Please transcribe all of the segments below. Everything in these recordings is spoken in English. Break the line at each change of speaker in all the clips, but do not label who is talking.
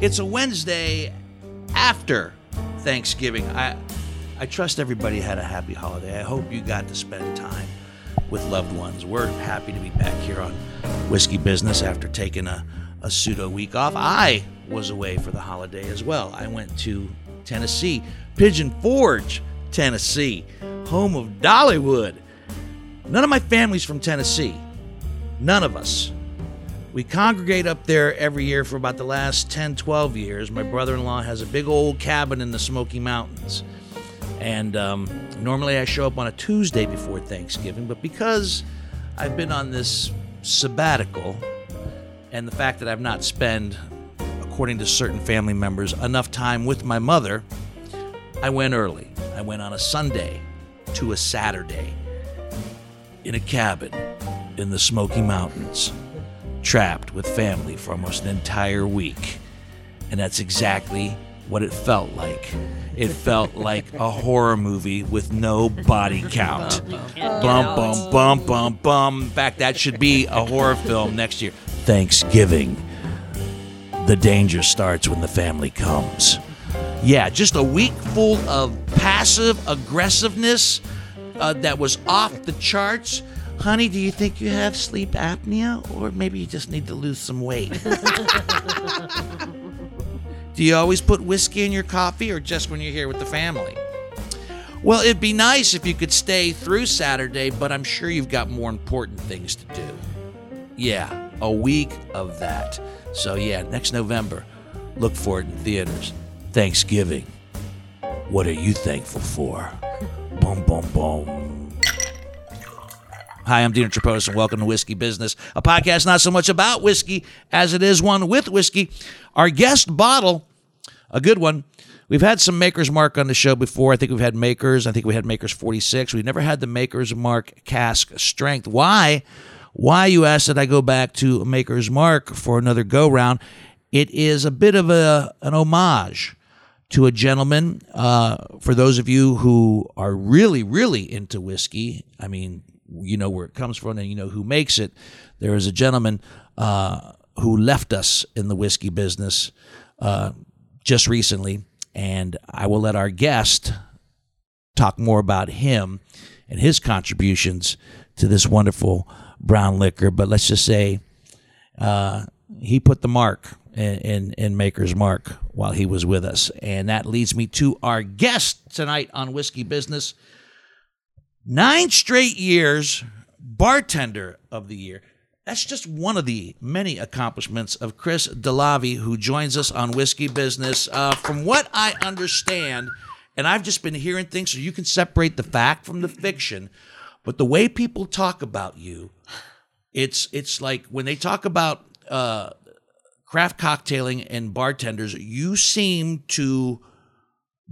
It's a Wednesday after Thanksgiving. I I trust everybody had a happy holiday. I hope you got to spend time with loved ones. We're happy to be back here on Whiskey Business after taking a, a pseudo week off. I was away for the holiday as well. I went to Tennessee, Pigeon Forge, Tennessee, home of Dollywood. None of my family's from Tennessee. None of us. We congregate up there every year for about the last 10, 12 years. My brother in law has a big old cabin in the Smoky Mountains. And um, normally I show up on a Tuesday before Thanksgiving, but because I've been on this sabbatical and the fact that I've not spent, according to certain family members, enough time with my mother, I went early. I went on a Sunday to a Saturday in a cabin in the Smoky Mountains, trapped with family for almost an entire week. And that's exactly what it felt like. It felt like a horror movie with no body count. Bum, bum, bum, bum, bum. In fact, that should be a horror film next year. Thanksgiving. The danger starts when the family comes. Yeah, just a week full of passive aggressiveness uh, that was off the charts. Honey, do you think you have sleep apnea or maybe you just need to lose some weight? do you always put whiskey in your coffee or just when you're here with the family? Well, it'd be nice if you could stay through Saturday, but I'm sure you've got more important things to do. Yeah, a week of that. So, yeah, next November, look for it in theaters. Thanksgiving. What are you thankful for? Boom, boom, boom. Hi, I'm Dina Tripodis, and welcome to Whiskey Business, a podcast not so much about whiskey as it is one with whiskey. Our guest bottle, a good one. We've had some Maker's Mark on the show before. I think we've had Makers. I think we had Makers 46. We've never had the Maker's Mark cask strength. Why? Why, you asked that I go back to Maker's Mark for another go round. It is a bit of a an homage to a gentleman. Uh, for those of you who are really, really into whiskey, I mean, you know where it comes from and you know who makes it. There is a gentleman uh, who left us in the whiskey business uh, just recently, and I will let our guest talk more about him and his contributions to this wonderful brown liquor. But let's just say uh, he put the mark in, in, in Maker's Mark while he was with us. And that leads me to our guest tonight on Whiskey Business. Nine straight years, bartender of the year. That's just one of the many accomplishments of Chris Delavi, who joins us on Whiskey Business. Uh, from what I understand, and I've just been hearing things, so you can separate the fact from the fiction. But the way people talk about you, it's it's like when they talk about uh, craft cocktailing and bartenders, you seem to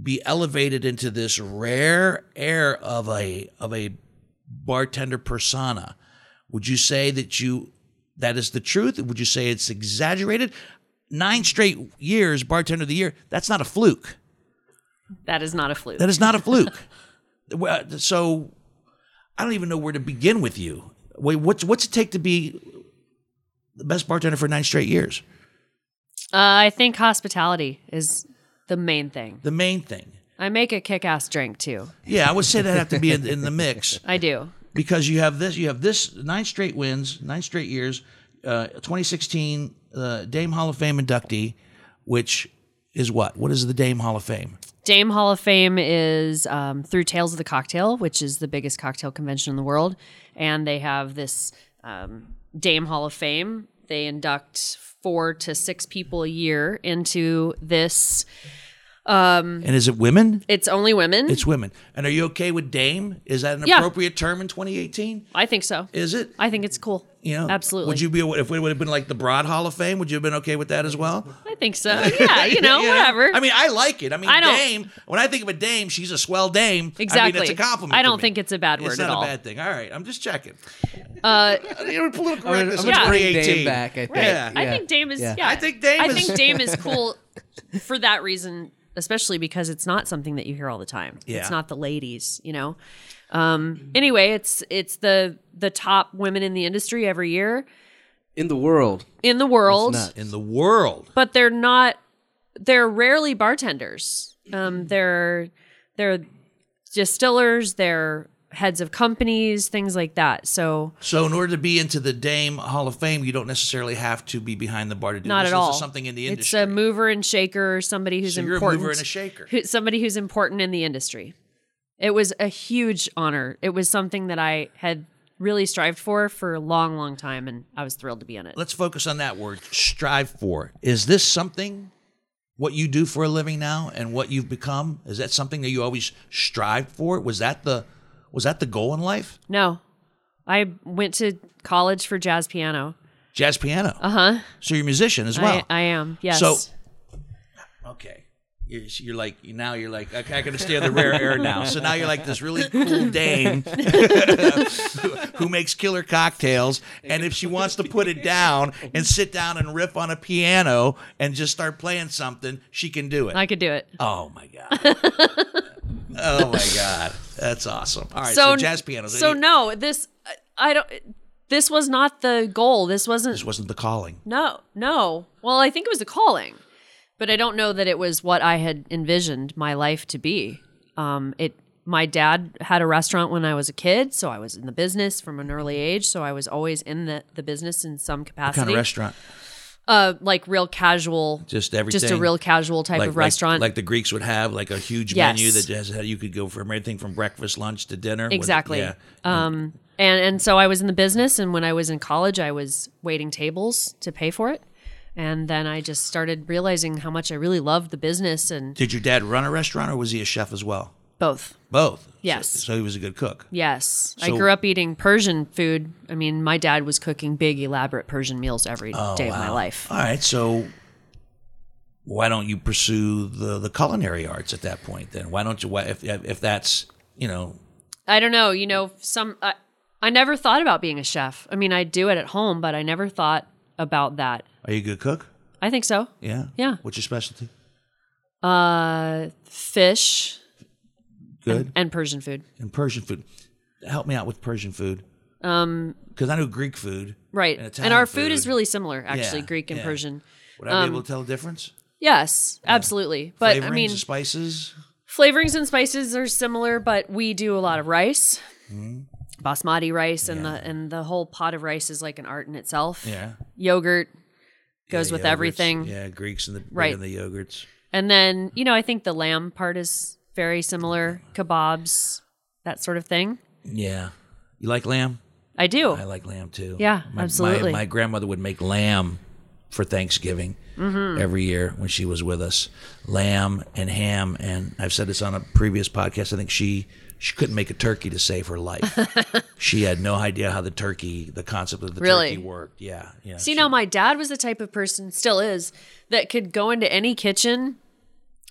be elevated into this rare air of a of a bartender persona. Would you say that you that is the truth? Would you say it's exaggerated? Nine straight years bartender of the year. That's not a fluke.
That is not a fluke.
That is not a fluke. Well, so I don't even know where to begin with you. Wait, what's what's it take to be the best bartender for nine straight years?
uh, I think hospitality is the main thing.
The main thing.
I make a kick ass drink too.
Yeah, I would say that have to be in, in the mix
I do.
because you have this. You have this nine straight wins, nine straight years. Uh, 2016 uh, Dame Hall of Fame inductee, which is what? What is the Dame Hall of Fame?
Dame Hall of Fame is um, through Tales of the Cocktail, which is the biggest cocktail convention in the world. And they have this um, Dame Hall of Fame. They induct four to six people a year into this. Mm-hmm.
And is it women?
It's only women.
It's women. And are you okay with Dame? Is that an
Yeah.
appropriate term in 2018?
I think so.
Is it?
I think it's cool.
You know,
absolutely.
Would you be if it would have been like the Broad Hall of Fame? Would you have been okay with that as well?
I think so. Yeah, you know,
Yeah.
Oh, whatever.
I mean, I like it. I mean,
I don't-
dame. When I think of a dame, she's a swell dame. I
exactly.
mean, it's a compliment.
I
to
don't
me.
think it's a bad word
It's
at
not
all.
a bad thing. All right, I'm just checking.
uh,
You know, political
I'm
correctness
gonna
in
yeah.
bring Dame
2018.
back, I think.
Right. Yeah.
I think Dame is. Yeah.
Yeah.
I think Dame
I
is-
think Dame is cool for that reason, especially because it's not something that you hear all the time.
Yeah.
It's not the ladies, you know. Um. Anyway, it's it's the the top women in the industry every year
in the world.
in the world,
nuts.
in the world.
but they're not they're rarely bartenders. Um, they're they're distillers, they're heads of companies, things like that. So
So, in order to be into the Dame Hall of Fame, you don't necessarily have to be behind the bar to do
not
this.
at all.
This is something in the
It's
industry.
a mover and shaker, somebody who's
So you're a mover
important.
and a shaker.
who- somebody who's important in the industry. It was a huge honor. It was something that I had really strived for for a long, long time, and I was thrilled to be in it.
Let's focus on that word, strive for. Is this something what you do for a living now and what you've become? Is that something that you always strive for? Was that the was that the goal in life?
No, I went to college for jazz piano.
Jazz piano.
Uh huh.
So you're a musician as well.
I, I am. Yes.
So- okay. You're, you're like now you're like okay, I can steer the rare air now. So now you're like this really cool dame who makes killer cocktails, and if she wants to put it down and sit down and riff on a piano and just start playing something, she can do it.
I could do it.
Oh my god. oh my god. That's awesome. All right, so, jazz piano.
So no, this I don't. This was not the goal. This wasn't.
this wasn't the calling.
No, no. Well, I think it was the calling, but I don't know that it was what I had envisioned my life to be. Um, it. My dad had a restaurant when I was a kid, so I was in the business from an early age. So I was always in the, the business in some capacity.
Kind of restaurant.
Uh, like real casual.
Just
Just a
everything.
real casual type of restaurant.
Like, the Greeks would have, like a huge
Yes.
menu that has you could go from everything from breakfast, lunch to dinner. with-
Exactly.
yeah.
Um, and and so I was in the business, and when I was in college, I was waiting tables to pay for it, and then I just started realizing how much I really loved the business and
Did your dad run a restaurant or was he a chef as well?
both.
Both.
Yes.
So, so he was a good cook.
Yes, I
So-
grew up eating Persian food. I mean, my dad was cooking big, elaborate Persian meals every day
Oh,
of my life.
All right. So why don't you pursue the, the culinary arts at that point then? Why don't you, why, if, if that's, you know,
I don't know, you know, some I, I never thought about being a chef. I mean, I do it at home, but I never thought about that.
are you a good cook?
I think so.
Yeah.
Yeah.
What's your specialty?
Uh, fish
Good.
and Persian food.
And Persian food. Help me out with Persian food. Um, because I know Greek food.
Right. And,
Italian
our food, is
food.
really similar, actually,
Yeah,
Greek and
yeah.
Persian.
Would I be able to tell the difference?
Yes, absolutely. um, But
Flavorings
I mean,
and spices.
flavorings and spices are similar, but we do a lot of rice.
Hmm.
Basmati rice and the and the whole pot of rice is like an art in itself.
Yeah.
Yogurt goes
Yeah,
with
yogurts.
everything.
Yeah, Greeks and the
Right.
and the yogurts.
And then, you know, I think the lamb part is very similar, kebabs, that sort of thing.
Yeah. You like lamb?
I do.
I like lamb too.
Yeah,
My- my,
absolutely.
My, grandmother would make lamb for Thanksgiving
Mm-hmm.
every year when she was with us. Lamb and ham, and I've said this on a previous podcast. I think she she couldn't make a turkey to save her life. she had no idea how the turkey, the concept of the
Really?
turkey worked. Yeah, yeah.
See, now my dad was the type of person, still is, that could go into any kitchen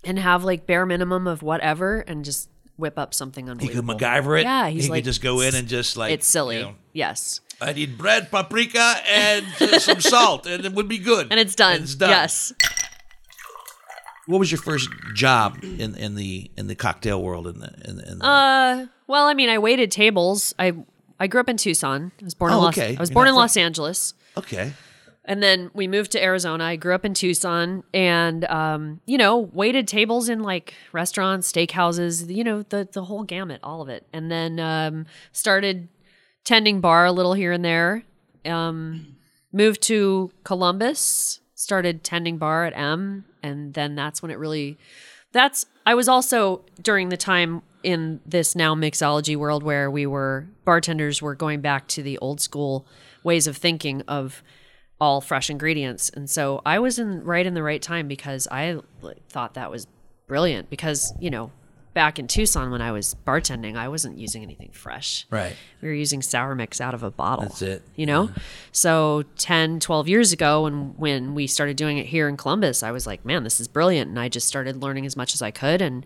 and have like bare minimum of whatever and just whip up something
he could
unbelievable.
MacGyver it.
Yeah, he's
he
like,
could just go in and just like
it's silly.
you know,
Yes.
I need bread, paprika, and uh, some salt, and it would be good.
And it's done.
And it's done.
Yes.
What was your first job in, in the in the cocktail world? In the in, the- in the,
Uh, well, I mean, I waited tables. I I grew up in Tucson. I was born
Oh,
in Los
okay.
I was
You're
born
not
in
from-
Los Angeles.
okay,
And then we moved to Arizona. I grew up in Tucson and um, you know, waited tables in like restaurants, steakhouses, you know, the the whole gamut, all of it. And then um started tending bar a little here and there. Um moved to Columbus, started tending bar at M, and then that's when it really that's I was also during the time in this now mixology world where we were bartenders were going back to the old school ways of thinking of all fresh ingredients. And so I was in right in the right time because I like, thought that was brilliant because, you know, back in Tucson when I was bartending, I wasn't using anything fresh.
right.
We were using sour mix out of a bottle.
That's it.
You know? So 10, 12 years ago, when, when we started doing it here in Columbus, I was like, man, this is brilliant. And I just started learning as much as I could and,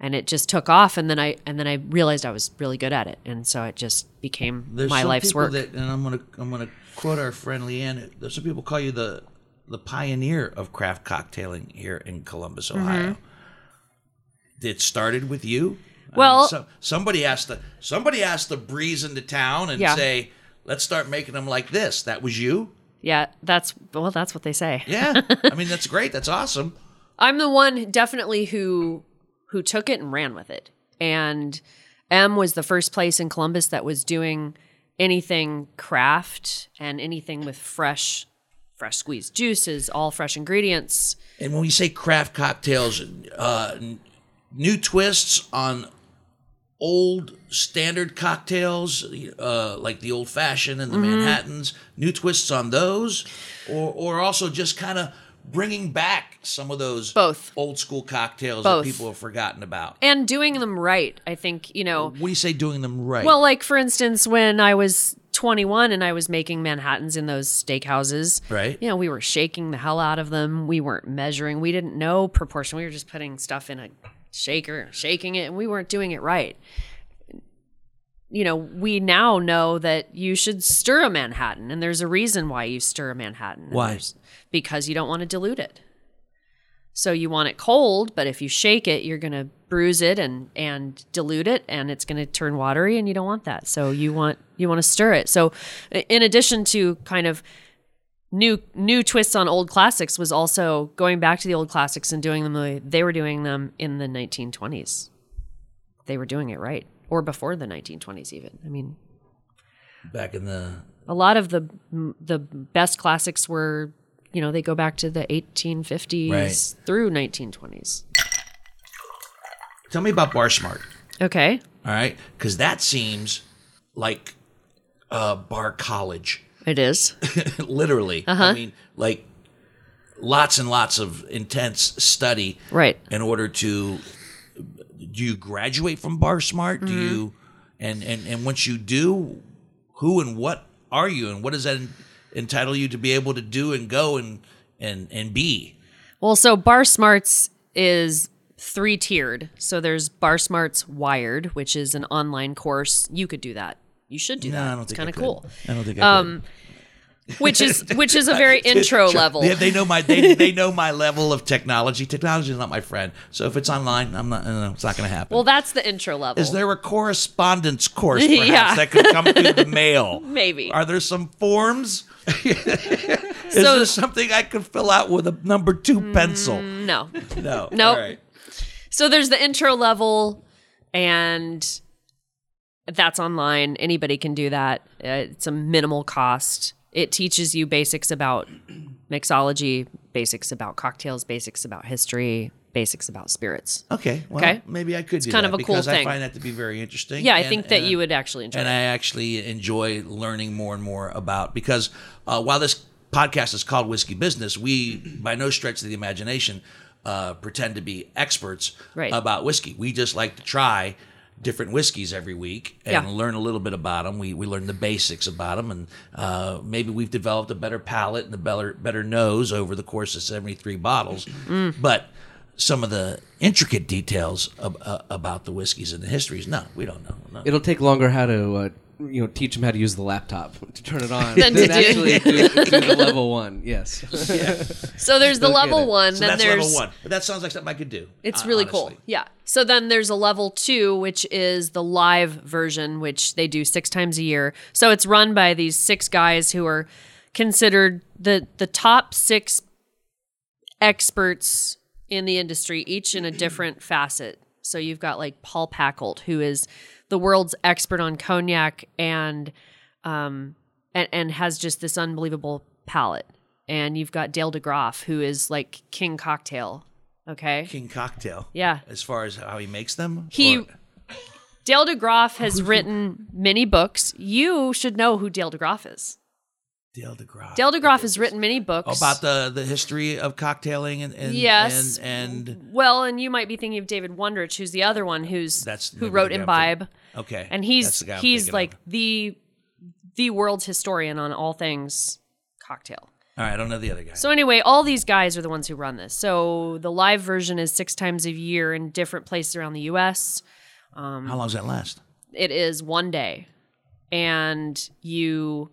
and it just took off. And then I, and then I realized I was really good at it. And so it just became
There's
my
some
life's
people
work.
That, and I'm gonna I'm gonna quote our friend Leanne. There's some people call you the the pioneer of craft cocktailing here in Columbus,
Mm-hmm.
Ohio. It started with you. I mean,
Well-
so- somebody has to somebody has to breeze into town and
Yeah.
say, "Let's start making them like this." That was you.
yeah. That's, well, that's what they say.
Yeah, I mean that's great. That's awesome.
I'm the one definitely who who took it and ran with it. And M was the first place in Columbus that was doing anything craft and anything with fresh fresh squeezed juices, all fresh ingredients.
And when we say craft cocktails, uh, n- new twists on old standard cocktails, uh, like the old fashioned and the
Mm-hmm.
Manhattans, new twists on those, or or also just kind of bringing back some of those
Both.
old school cocktails
Both.
that people have forgotten about.
And doing them right, I think, you know,
When you say doing them right,
Well, like for instance, when I was 21 and I was making Manhattans in those steakhouses,
Right.
You know, we were shaking the hell out of them. We weren't measuring. We didn't know proportion. We were just putting stuff in a shaker, shaking it, and we weren't doing it right. You know, we now know that you should stir a Manhattan, and there's a reason why you stir a Manhattan. And
Why?
there's- Because you don't want to dilute it. So you want it cold, but if you shake it, you're going to bruise it and and dilute it and it's going to turn watery and you don't want that. So you want you want to stir it. So i- in addition to kind of new new twists on old classics was also going back to the old classics and doing them the way they were doing them in the 1920s. They were doing it right or before the 1920s even. I mean,
back in the
a lot of the the best classics were, you know, they go back to the 1850s
Right.
through 1920s.
tell me about Bar Smart,
Okay.
all right? Because that seems like uh, bar college.
It is.
literally.
Uh-huh.
I mean, like lots and lots of intense study
Right.
in order to. Do you graduate from Bar Smart? Do
Mm-hmm.
you, and and and once you do, who and what are you, and what does that entitle you to be able to do and go and and and be?
Well, so Bar Smarts is three tiered. So there's Bar Smarts Wired, which is an online course. You could do that. You should do that. it's kind of cool.
I don't think I um,
Which is which is a very intro level.
They, they know my they, they know my level of technology. Technology is not my friend. So if it's online, I'm not. No, it's not going to happen.
Well, that's the intro level.
Is there a correspondence course perhaps
Yeah.
that could come through the mail?
Maybe.
Are there some forms? Is
So-
there something I could fill out with a number two pencil?
no.
No.
Nope.
All right.
So there's the intro level, and that's online. Anybody can do that. Uh, It's a minimal cost. It teaches you basics about mixology, basics about cocktails, basics about history, basics about spirits.
Okay. Well,
Okay.
Maybe I could do
kind
that
of a cool
because I
thing.
find that to be very interesting.
Yeah, I
and- uh,
think that
and-
you would actually enjoy.
and
it.
I actually enjoy learning more and more about because uh, while this podcast is called Whiskey Business, we by no stretch of the imagination uh, pretend to be experts
Right.
about whiskey. We just like to try different whiskeys every week and
Yeah.
learn a little bit about them. We we learn the basics about them, and uh, maybe we've developed a better palate and a better better nose over the course of seventy three bottles,
Mm.
but. Some of the intricate details ab- uh, about the whiskeys and the histories. No, we don't know. No.
It'll take longer how to uh, you know teach them how to use the laptop to turn it on
Than
than,
to do-
actually do, do the level one. Yes.
so there's the
Still get
level
it.
one.
So
then
that's
there's
level one. But that sounds like something I could do.
It's
uh,
really cool.
honestly.
Yeah. So then there's a level two, which is the live version, which they do six times a year. So it's run by these six guys who are considered the the top six experts in the industry, each in a different facet. So you've got like Paul Packolt, who is the world's expert on cognac and um and, and has just this unbelievable palate. And you've got Dale DeGroff, who is like King Cocktail. Okay.
King cocktail.
Yeah.
As far as how he makes them.
He
Or-
Dale DeGroff has written many books. You should know who Dale DeGroff is.
Dale DeGrasse.
Dale DeGroff has written many books
about the the history of cocktailing and and
Yes.
and, and
Well, and you might be thinking of David Wondrich, who's the other one who's
That's
who
maybe
wrote
the guy I'm
Imbibe,
okay.
and
That's
he's
the guy I'm
he's
thinking
like
of.
the the world's historian on all things cocktail.
All right, I don't know the other guy.
So anyway, all these guys are the ones who run this. So the live version is six times a year in different places around the U.S.
how long does that last?
it is one day and you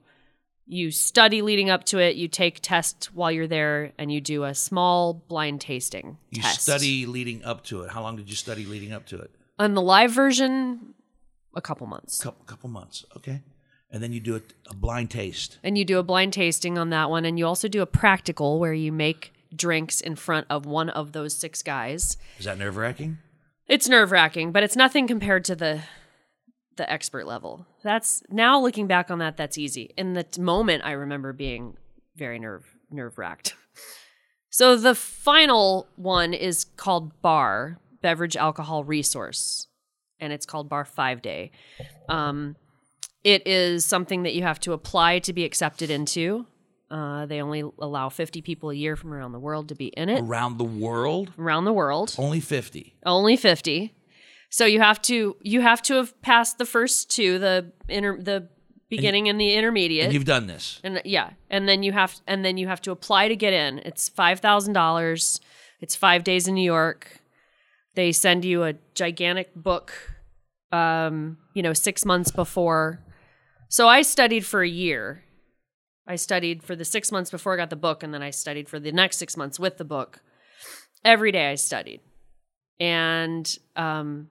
you study leading up to it you take tests while you're there and you do a small blind tasting
You
test.
study leading up to it. How long did you study leading up to it?
on the live version a couple months
Couple couple months. Okay. And then you do a, a blind taste.
and you do a blind tasting on that one and you also do a practical where you make drinks in front of one of those six guys.
Is that nerve wracking?
It's nerve wracking, but it's nothing compared to the the expert level. That's now looking back on that, that's easy. In the t- moment, I remember being very nerve nerve wracked. So the final one is called Bar Beverage Alcohol Resource, and it's called Bar Five Day. Um, it is something that you have to apply to be accepted into. Uh, they only allow 50 people a year from around the world to be in it.
Around the world,
Around the world
only 50.
only 50 so you have to you have to have passed the first two the inter the beginning and, the
And
intermediate
you've done this.
and yeah and then you have and then you have to apply to get in it's $5000 it's five days in new york they send you a gigantic book um you know six months before so i studied for a year i studied for the six months before i got the book and then i studied for the next six months with the book every day i studied and um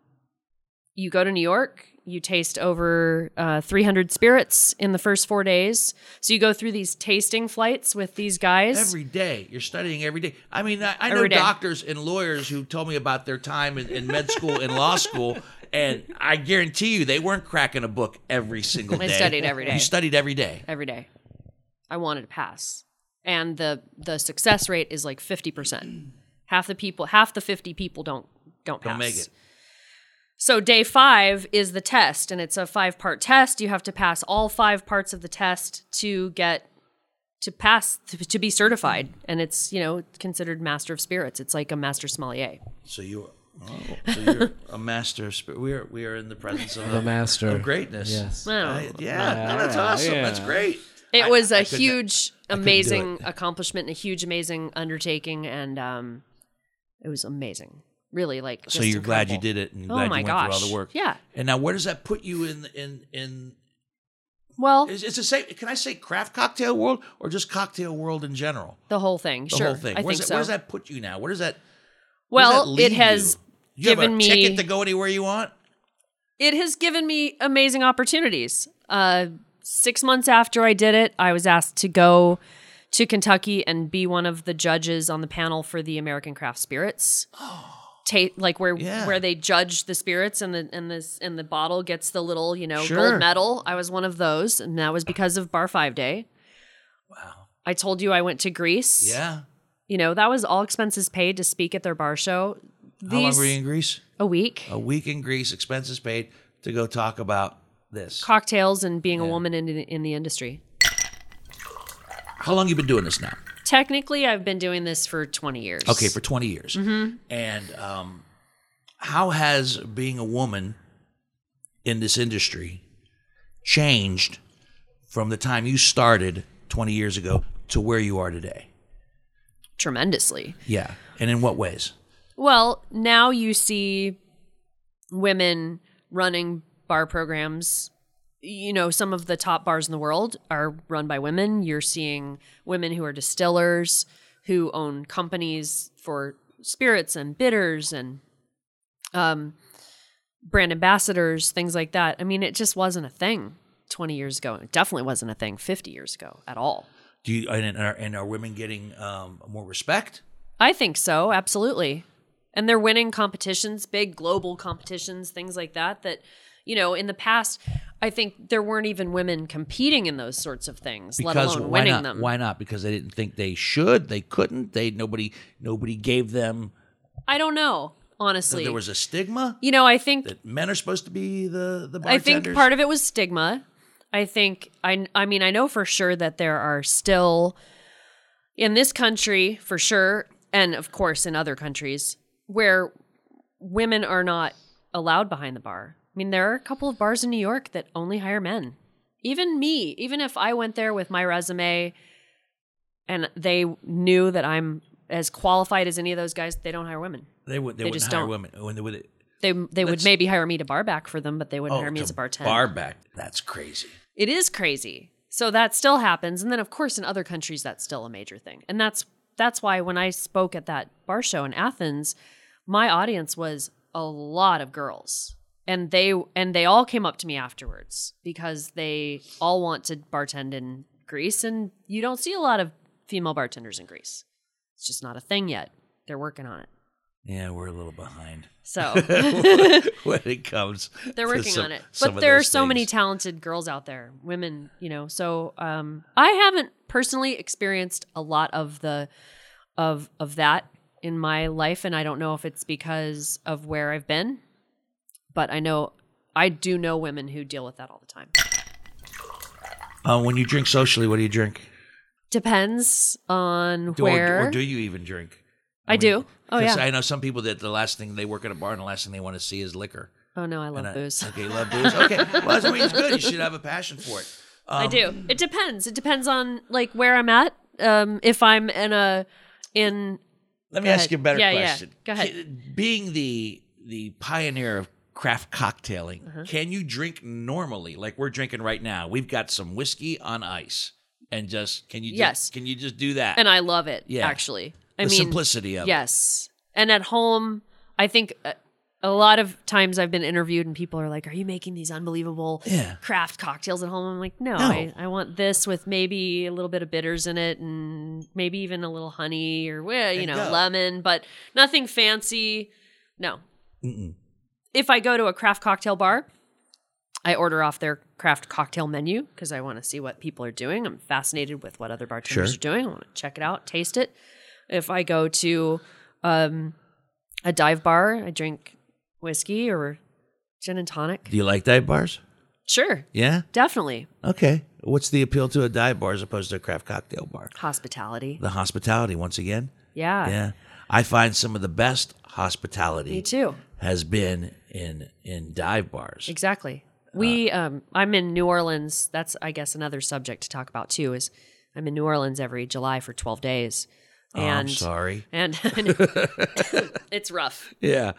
you go to New York, you taste over uh, 300 spirits in the first four days. So you go through these tasting flights with these guys.
Every day. You're studying every day. I mean, I, I know
Every day.
doctors and lawyers who told me about their time in, in med school and law school, and I guarantee you they weren't cracking a book every single day.
I studied every day.
You studied every day.
every day. I wanted to pass. And the the success rate is like 50%. Half the people, half the 50 people don't don't pass.
Don't make it.
So day 5 is the test and it's a five-part test. You have to pass all five parts of the test to get to pass to, to be certified and it's, you know, considered master of spirits. It's like a master sommelier.
So you are oh, so you're a master of spirit. We are we are in the presence of
The master.
of greatness.
Yes.
Well,
I- yeah, no, that's
Yeah,
awesome.
yeah.
That's great.
it
I-
was a
I couldn't-
huge, amazing accomplishment and a huge, amazing undertaking, and um, it was amazing. Really, like
So
just
you're glad you
incredible.
did it and
Oh
glad you
my
went through all
gosh.
the work.
Yeah.
And now where does that put you in in in
Well,
It's, it's the same. Can I say craft cocktail world or just cocktail world in general?
the whole thing.
The
sure,
whole thing.
I
Where's
think
that,
so.
Where does that put you now? Where does that? where does that
well, it
lead
has
you? You have a
given me-
ticket to go anywhere you want.
it has given me amazing opportunities. Uh, six months after I did it, I was asked to go to Kentucky and be one of the judges on the panel for the American Craft Spirits. Ta- like where
Yeah.
where they judge the spirits and the and this and the bottle gets the little you know
Sure.
gold medal. I was one of those, and that was because of Bar Five Day. Wow! I told you I went to Greece.
Yeah.
you know that was all expenses paid to speak at their bar show. These,
How long were you in Greece?
a week.
A week in Greece, expenses paid to go talk about this.
Cocktails and being a woman in in the industry.
How long you been doing this now?
Technically, I've been doing this for 20 years.
Okay, for twenty years.
Mm-hmm.
And um, how has being a woman in this industry changed from the time you started twenty years ago to where you are today?
tremendously.
Yeah. And in what ways?
Well, now you see women running bar programs. You know, some of the top bars in the world are run by women. You're seeing women who are distillers, who own companies for spirits and bitters and um, brand ambassadors, things like that. I mean, it just wasn't a thing 20 years ago. It definitely wasn't a thing 50 years ago at all.
Do you and are, and are women getting um, more respect?
I think so, absolutely. And they're winning competitions, big global competitions, things like that. That, you know, in the past, I think there weren't even women competing in those sorts of things, let
Because
alone
why
winning
not?
them.
Why not? Because they didn't think they should. They couldn't. They nobody nobody gave them.
I don't know, honestly.
There was a stigma
you know, I think
that men are supposed to be the the
I
bartenders.
think part of it was stigma. I think I I mean I know for sure that there are still in this country for sure and of course in other countries where women are not allowed behind the bar. I mean there are a couple of bars in New York that only hire men. Even me, even if I went there with my resume and they knew that I'm as qualified as any of those guys, they don't hire women.
they would they, wouldn't
just
hire
don't.
women when they would
They they would
That's-
maybe hire me to bar back for them, but they wouldn't
oh,
hire me
to
as a bartender.
Bar back. That's crazy.
it is crazy. So that still happens, and then of course in other countries that's still a major thing, and that's that's why when I spoke at that bar show in Athens, my audience was a lot of girls, and they and they all came up to me afterwards because they all want to bartend in Greece, and you don't see a lot of female bartenders in Greece. It's just not a thing yet. They're working on it.
Yeah, we're a little behind
So
when it comes.
they're
to
working
some-
on it.
some
But
of
there are
those
so many
things.
talented girls out there, women, you know. So um, I haven't personally experienced a lot of the of of that in my life, and I don't know if it's because of where I've been, but I know I do know women who deal with that all the time.
Uh, when you drink socially, what do you drink?
Depends on
Do, or-
where
Or, do you even drink?
I do. Oh
'Cause
yeah.
I know some people that the last thing they work at a bar and the last thing they want to see is liquor.
oh no, I love
And I-
booze.
Okay, you love booze. Okay, well, that's what it's good. You should have a passion for it.
I
um,
do. It depends. It depends on like where I'm at. Um, if I'm in a in
Let me
Go
ask
ahead.
you a better
Yeah, yeah.
question.
Go ahead.
Ca- Being the the pioneer of craft cocktailing,
Uh-huh.
can you drink normally like we're drinking right now? We've got some whiskey on ice, and just can you? Just,
Yes.
Can you just do that?
and I love it.
Yeah.
actually, I
the
mean,
simplicity of it.
yes. And at home, I think a, a lot of times I've been interviewed and people are like, "Are you making these unbelievable
Yeah.
craft cocktails at home?" I'm like, "No,
No.
I, I want this with maybe a little bit of bitters in it and maybe even a little honey or well, you
And
know
go.
lemon, but nothing fancy. No. If I go to a craft cocktail bar." I order off their craft cocktail menu because I want to see what people are doing. I'm fascinated with what other bartenders
Sure.
are doing. I want to check it out, taste it. If I go to um, a dive bar, I drink whiskey or gin and tonic.
Do you like dive bars?
Sure,
Yeah.
definitely
Okay. What's the appeal to a dive bar as opposed to a craft cocktail bar?
hospitality.
The hospitality once again.
Yeah,
Yeah. I find some of the best hospitality
me too.
has been in in dive bars.
Exactly.
Uh,
We, um, I'm in New Orleans. That's, I guess, another subject to talk about too. Is I'm in New Orleans every July for 12 days,
Oh, I'm
and
sorry.
and it's rough.
Yeah.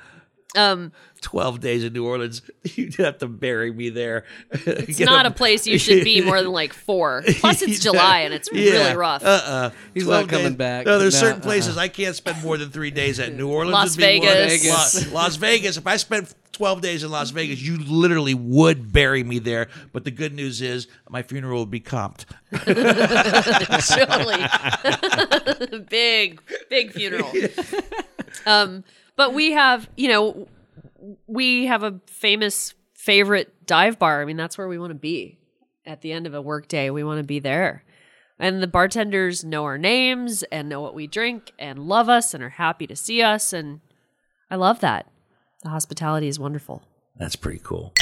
Um,
12 days in New Orleans. You'd have to bury me there.
it's not a place you should be more than like four. Plus, it's July and it's really rough.
Uh-uh.
He's
12
not coming
days.
back.
No, there's
No,
certain
uh-uh.
places I can't spend more than three days at. New Orleans
Las
would be more than-
Vegas.
Las, Las Vegas. If I spent 12 days in Las Vegas, you literally would bury me there. But the good news is my funeral would be comped.
totally. big, big funeral. um, but we have, you know, we have a famous favorite dive bar. I mean, that's where we want to be at the end of a workday. We want to be there. And the bartenders know our names and know what we drink and love us and are happy to see us. And I love that. The hospitality is wonderful.
That's pretty cool.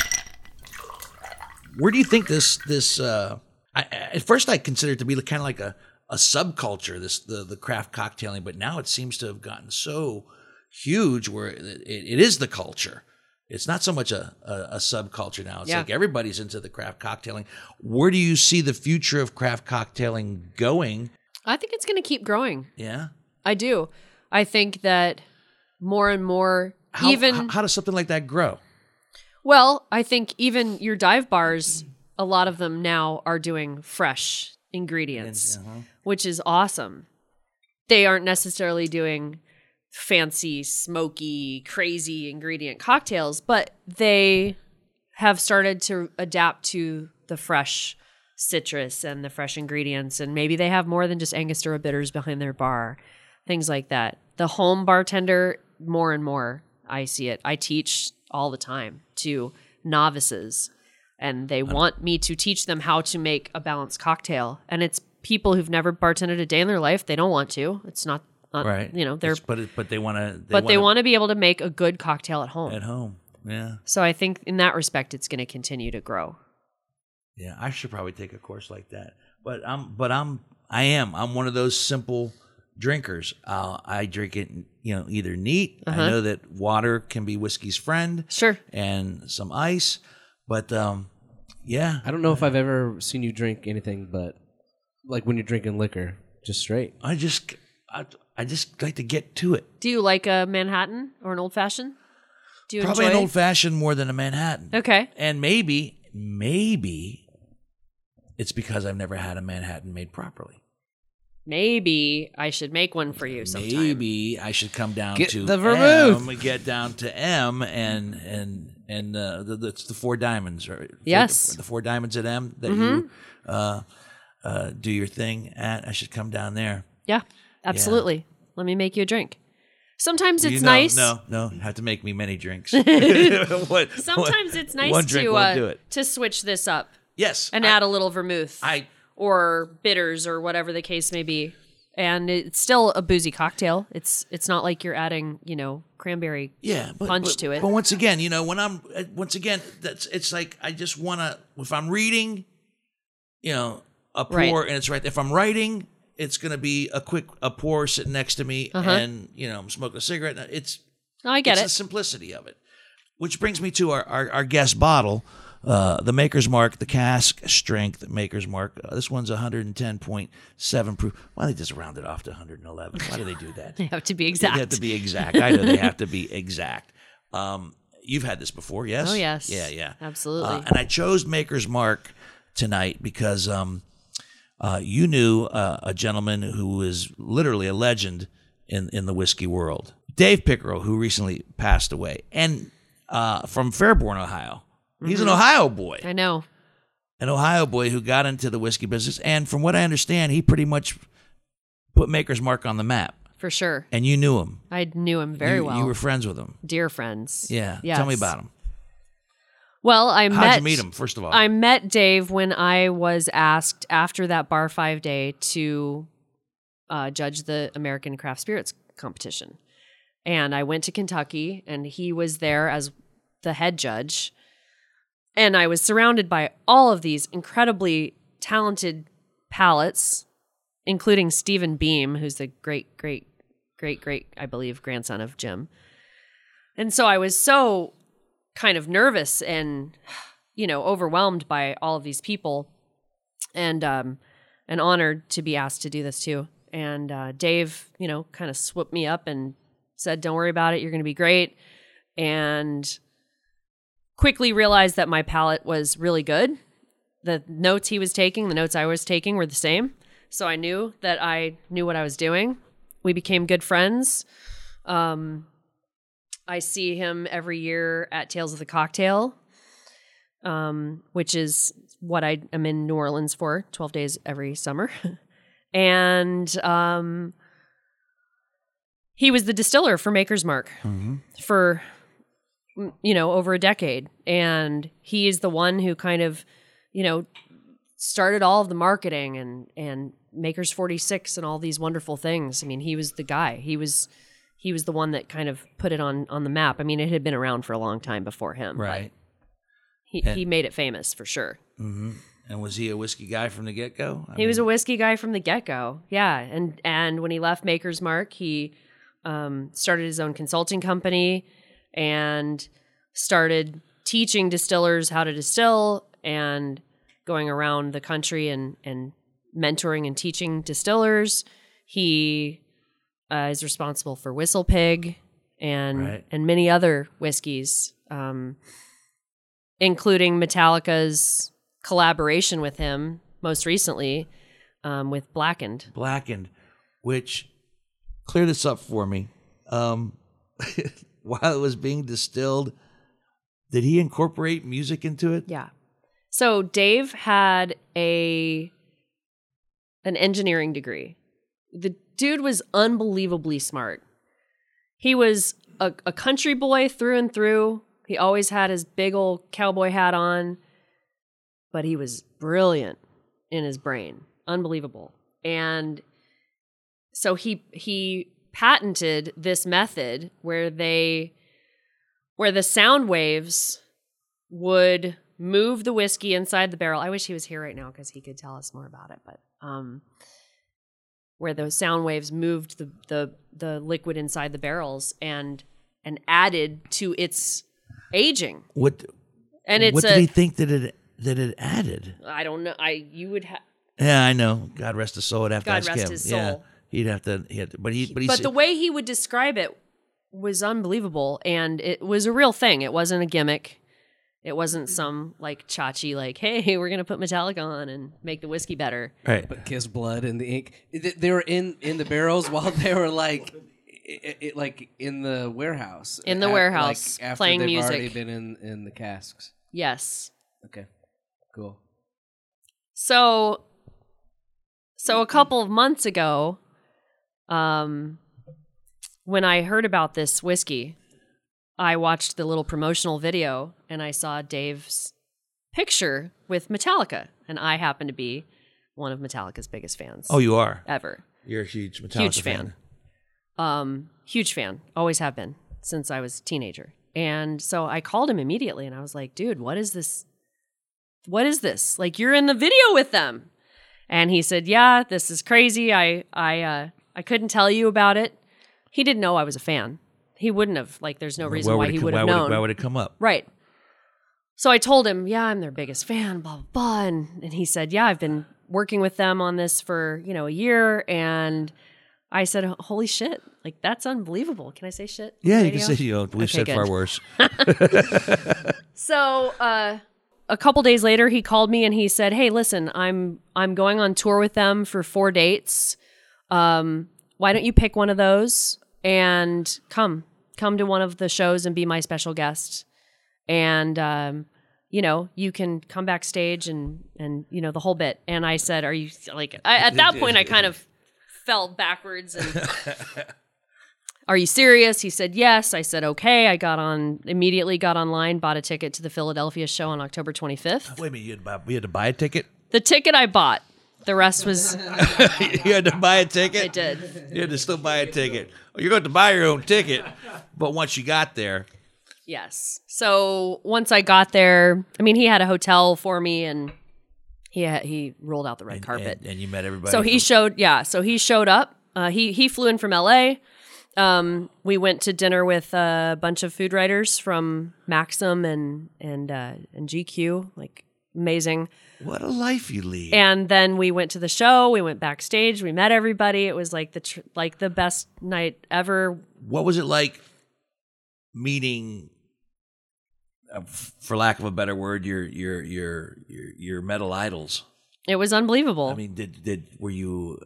Where do you think this this uh I, I- at first I considered it to be kind of like a a subculture this the the craft cocktailing, but now it seems to have gotten so huge where it, it, it is the culture. It's not so much a, a, a subculture now. It's
Yeah.
like everybody's into the craft cocktailing. Where do you see the future of craft cocktailing going?
I think it's going to keep growing.
Yeah.
I do. I think that more and more,
How,
even
how, how does something like that grow?
Well, I think even your dive bars, a lot of them now are doing fresh ingredients, which is awesome. They aren't necessarily doing fancy, smoky, crazy ingredient cocktails, but they have started to adapt to the fresh citrus and the fresh ingredients. And maybe they have more than just Angostura bitters behind their bar, things like that. The home bartender, more and more, I see it. I teach all the time to novices, and they want me to teach them how to make a balanced cocktail. And it's people who've never bartended a day in their life. They don't want to. It's not, not
Right.
Uh, you know, they're,
It's- but it- but they want to
but they want to be able to make a good cocktail at home.
at home. Yeah.
So I think in that respect, it's going to continue to grow.
Yeah, I should probably take a course like that. But I'm, but I'm, I am. I'm one of those simple drinkers. Uh, I drink it, you know, either neat.
Uh-huh.
I know that water can be whiskey's friend,
Sure.
and some ice. But um, yeah,
I don't know if I've ever seen you drink anything, but like when you're drinking liquor, just straight.
I just, I, I just like to get to it.
Do you like a Manhattan or an old fashioned? Do you
Probably
enjoy?
an old fashioned more than a Manhattan.
okay.
And maybe, maybe it's because I've never had a Manhattan made properly.
Maybe I should make one for you sometime.
Maybe I should come down
Get
to
the vermouth.
M, we get down to M and and and uh, the, the, it's the four diamonds, right?
Yes. Mm-hmm.
the, four diamonds at M that you uh, uh, do your thing at. I should come down there.
Yeah, absolutely. Let me make you a drink. Sometimes it's
You know,
nice.
No, no, you have to make me many drinks. What-
Sometimes
what-
it's nice
one drink
to
won't
uh,
do it.
to switch this up
Yes,
and
I-
add a little vermouth
I
or bitters or whatever the case may be. And it's still a boozy cocktail. It's it's not like you're adding, you know, cranberry.
yeah but,
punch
but-
to it.
But once again, you know, when I'm uh, once again, that's it's like I just want to. If I'm reading, you know, a pour
Right.
and it's right. If I'm writing, it's gonna be a quick a pour sitting next to me,
Uh-huh.
and you know, I'm smoking a cigarette. and It's
No, I get
it's
it.
the simplicity of it. Which brings me to our, our, our guest bottle, uh, the Maker's Mark, the cask strength Maker's Mark. Uh, this one's 110.7 proof. Why they just round it off to 111? Why do they do that?
They have to be
They
exact.
have to be exact. I know they have to be exact. Um, you've had this before, yes?
Oh, yes.
Yeah, yeah.
Absolutely.
Uh, and I chose Maker's Mark tonight because um, uh, you knew uh, a gentleman who is literally a legend in, in the whiskey world, Dave Pickerel, who recently passed away, and uh, from Fairborn, Ohio. He's
Mm-hmm.
an Ohio boy,
I know.
an Ohio boy who got into the whiskey business. And from what I understand, he pretty much put Maker's Mark on the map.
For sure.
And you knew him.
I knew him very
you,
well.
You were friends with him.
Dear friends.
Yeah. Tell me
Yes.
about him.
Well, I
How'd
met
you meet him, first of all?
I met Dave when I was asked after that Bar Five day to uh, judge the American Craft Spirits competition, and I went to Kentucky, and he was there as the head judge, and I was surrounded by all of these incredibly talented palates, including Stephen Beam, who's the great, great, great, great, I believe, grandson of Jim. And so I was so kind of nervous and you know overwhelmed by all of these people and um and honored to be asked to do this too and uh dave you know kind of swooped me up and said don't worry about it you're gonna be great and quickly realized that my palette was really good the notes he was taking the notes i was taking were the same so i knew that i knew what i was doing we became good friends um i see him every year at tales of the cocktail um, which is what I am in New Orleans for 12 days every summer. and um, he was the distiller for Maker's Mark for, mm, you know, over a decade. And he is the one who kind of, you know, started all of the marketing and, and Maker's 46 and all these wonderful things. I mean, he was the guy. He was. He was the one that kind of put it on on the map. I mean, it had been around for a long time before him. but
right.
he,
And-
he made it famous for sure.
Mm-hmm. And was he a whiskey guy from the get go?
he was a whiskey guy from the get go. Yeah, and and when he left Maker's Mark, he um, started his own consulting company and started teaching distillers how to distill and going around the country and and mentoring and teaching distillers. He uh, is responsible for Whistle Pig and
Right.
and many other whiskeys, um, including Metallica's collaboration with him most recently um, with Blackened.
blackened, which clear this up for me. Um, while it was being distilled, did he incorporate music into it?
Yeah. So Dave had a an engineering degree. The dude was unbelievably smart. He was a, a country boy through and through. He always had his big old cowboy hat on, but he was brilliant in his brain. Unbelievable. And so he he patented this method where they where the sound waves would move the whiskey inside the barrel. I wish he was here right now because he could tell us more about it. But um, where those sound waves moved the the the liquid inside the barrels and and added to its aging.
What
And it's
What
a
did he think that it that it added?
I don't know. I you would have.
Yeah, I know. God rest his soul. I'd have to
God
ask
rest
him.
his
Yeah,
soul.
he'd have to. He had to but he. But, he
but
said-
the way he would describe it was unbelievable and it was a real thing it wasn't a gimmick it wasn't some like chachi like hey we're gonna put metallica on and make the whiskey better
right.
But Kiss Blood and the ink. They, they were in in the barrels while they were like. It, it, like in the warehouse,
In the
Af-
warehouse,
after
playing
they've
music.
Already been in in the casks.
yes
Okay, cool.
So, so a couple of months ago, um, when I heard about this whiskey, I watched the little promotional video and I saw Dave's picture with Metallica, and I happen to be one of Metallica's biggest fans
Oh, you are.
ever.
You're a huge Metallica
huge fan. Um, huge fan. Always have been since I was a teenager. And so I called him immediately and I was like, dude, what is this? What is this? Like you're in the video with them. And he said, Yeah, this is crazy. I I uh I couldn't tell you about it. He didn't know I was a fan. He wouldn't have. Like, there's no reason why,
it
he
come-
would
why
have known.
Would it, why would it come up?
Right. So I told him, yeah, I'm their biggest fan, blah, blah, blah. And, and he said, yeah, I've been working with them on this for, you know, a year. And I said, holy shit, like that's unbelievable. Can I say shit? on
Yeah, you can
radio?
say you know, we've
Okay,
said
good.
far worse.
So uh, a couple days later, he called me and he said, hey, listen, I'm, I'm going on tour with them for four dates. Um, why don't you pick one of those and come, come to one of the shows and be my special guest? and um, you know you can come backstage and and you know the whole bit and i said are you like I, at that point i kind of fell backwards and are you serious he said yes i said okay i got on immediately got online bought a ticket to the philadelphia show on october 25th
Wait a minute, you had to buy, you had to buy a ticket.
the ticket i bought the rest was
you had to buy a ticket.
i did
You had to still buy a ticket. Oh, You're going to buy your own ticket, but once you got there,
yes so once i got there i mean he had a hotel for me and he had, he rolled out the red carpet
and, and you met everybody.
So he showed, yeah. So he showed up. Uh, he he flew in from L.A. Um, we went to dinner with a bunch of food writers from Maxim and and uh, and GQ, like amazing.
from- what a life you lead.
And then we went to the show. We went backstage. We met everybody. It was like the tr- like the best night ever.
what was it like meeting uh, f- for lack of a better word your your your your, your metal idols
It was unbelievable.
i mean did did were you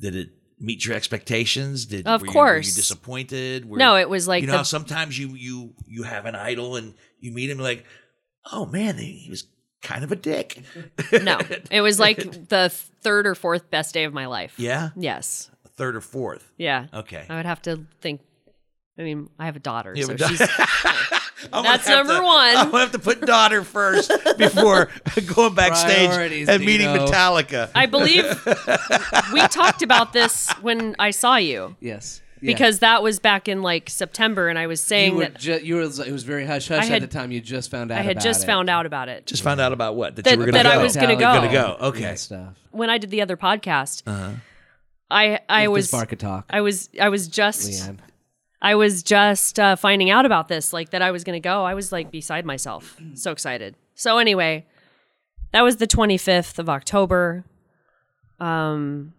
did it meet your expectations did
Of
were you- were you
course.
disappointed were,
no, it was like
you know
the
how sometimes you you you have an idol and you meet him like oh man he, he was kind of a dick
Mm-hmm. no. It was like the third or fourth best day of my life.
yeah
Yes.
third or fourth
Yeah.
okay
I would have to think. I mean, I have a daughter,
Yeah,
so
but-
she's
I'm gonna
That's
have
number
to-
one.
I'm gonna have to put daughter first before going backstage
Priorities,
and meeting
Dino.
Metallica.
I believe we talked about this when I saw you
Yes. Yeah.
because that was back in like September, and I was
you
saying
were
that
ju- you were, it was very hush hush
I had-
at the time. You just found out.
I had
about
just
it.
found out about it.
Just found out about what that,
That-
you were gonna
that I
go.
was gonna go.
Gonna go. Okay.
Yeah, stuff.
When I did the other podcast, I I was
Spark a talk.
I was I was just
Leanne.
I was just uh, finding out about this, like that I was gonna go. I was like beside myself, so excited. So anyway, that was the 25th of October. Um,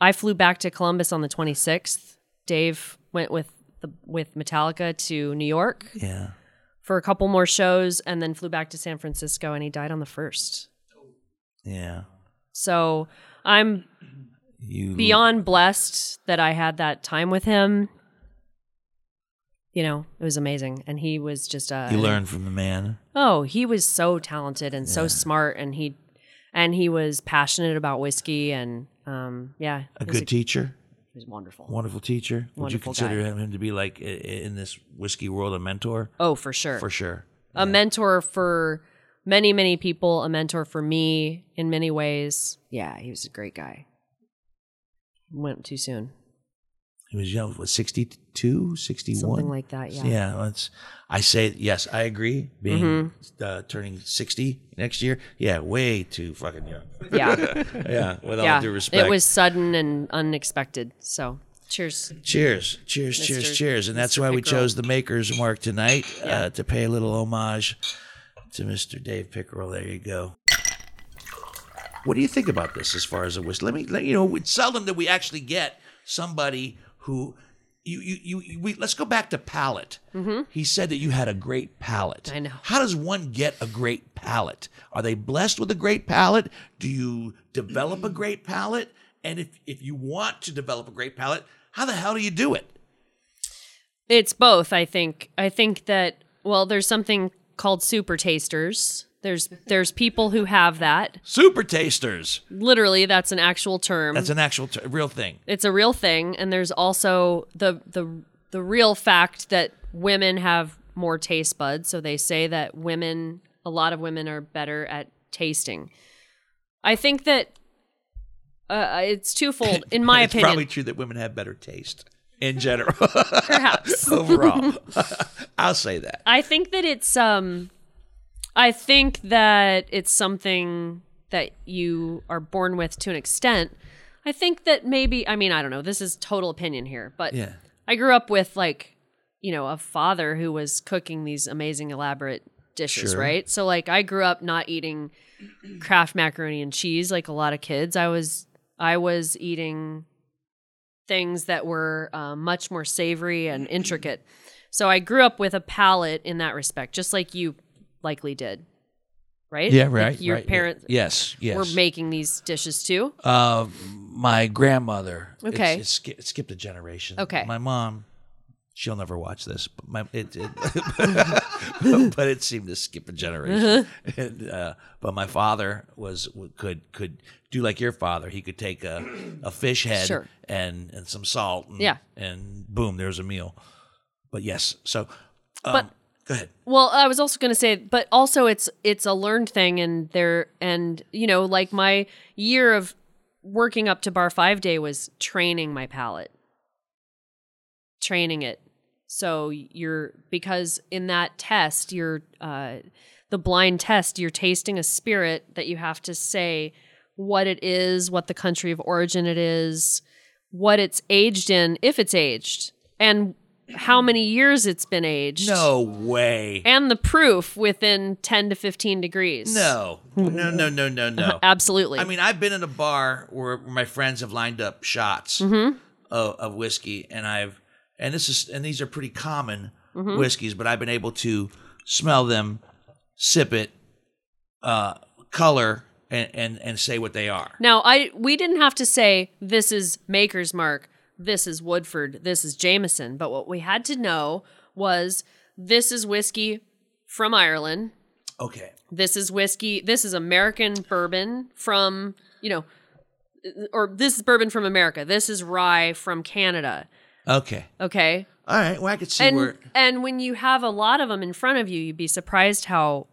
I flew back to Columbus on the 26th. Dave went with the with Metallica to New York
Yeah.
for a couple more shows, and then flew back to San Francisco. And he died on the first.
Yeah.
So I'm
You
beyond blessed that I had that time with him. You know, it was amazing, and he was just a
you learned from the man.
Oh, he was so talented and so smart, and he and he was passionate about whiskey, and um, yeah,
A
it was,
good teacher.
it was wonderful.
Wonderful teacher. Would you
Wonderful
consider him, him to be like i- i- in this whiskey world a mentor?
Oh, for sure,
For sure.
a mentor for many many people, a mentor for me in many ways. Yeah, he was a great guy. Went too soon,
He was young, what, 62, 61?
something like that. Yeah,
yeah that's i say yes i agree being
Mm-hmm.
uh, turning 60 next year yeah way too fucking young
yeah,
yeah with all
yeah.
due respect
It was sudden and unexpected. So, cheers.
cheers cheers cheers
Mr.
cheers and that's
Mr.
why we
Pickerel.
chose the makers mark tonight
Yeah.
uh, to pay a little homage to mr dave pickerel there you go what do you think about this as far as a whistle let me let you know it's seldom that we actually get somebody who you you you, you we, let's go back to palate he said that you had a great palate
Mm-hmm. I know.
how does one get a great palate are they blessed with a great palate do you develop a great palate and if if you want to develop a great palate how the hell do you do it
It's both, I think. I think that well, there's something called super tasters There's there's people who have that.
Super tasters.
Literally, that's an actual term.
That's an actual t- real thing.
it's a real thing, and there's also the the the real fact that women have more taste buds. So they say that women, a lot of women, are better at tasting. I think that uh, it's twofold, in my
it's
opinion.
probably true that women have better taste in general
perhaps.
overall. I'll say that.
I think that it's um I think that it's something that you are born with to an extent. I think that maybe I mean I don't know, this is total opinion here, but
Yeah.
I grew up with like, you know, a father who was cooking these amazing elaborate dishes,
Sure.
right? So like I grew up not eating Kraft macaroni and cheese like a lot of kids. I was I was eating things that were uh, much more savory and
Mm-hmm.
intricate. So I grew up with a palate in that respect, just like you likely did, right?
Yeah,
Like,
right.
your
right, yeah.
parents
Yes, yes.
were making these dishes too.
Uh, my grandmother. it's-
Okay.
It, ski- it skipped a generation.
Okay.
My mom, she'll never watch this, but my it, it but it seemed to skip a generation.
Uh-huh.
and, uh, but my father was could could do like your father. He could take a, a fish head
Sure.
and and some salt. And,
Yeah.
And boom, there's a meal. But yes, so. Um,
But-
go ahead.
Well, I was also going to say, but also it's it's a learned thing, and there and you know, like my year of working up to bar five day was training my palate, training it. So you're because in that test, you're uh, the blind test. You're tasting a spirit that you have to say what it is, what the country of origin it is, what it's aged in, if it's aged, and how many years it's been aged
No way.
and the proof within 10 to 15 degrees.
No. No. No. No. No. No.
Absolutely.
I mean, I've been in a bar where my friends have lined up shots of, of whiskey, and I've and this is and these are pretty common whiskeys, but I've been able to smell them, sip it, uh, color, and, and and say what they are.
now, I we didn't have to say this is Maker's Mark, this is Woodford, this is Jameson, but what we had to know was this is whiskey from Ireland.
Okay,
This is whiskey, this is American bourbon from, you know, or this is bourbon from America. This is rye from Canada.
okay,
Okay?
all right. Well, I could see
and
where
and when you have a lot of them in front of you, you'd be surprised how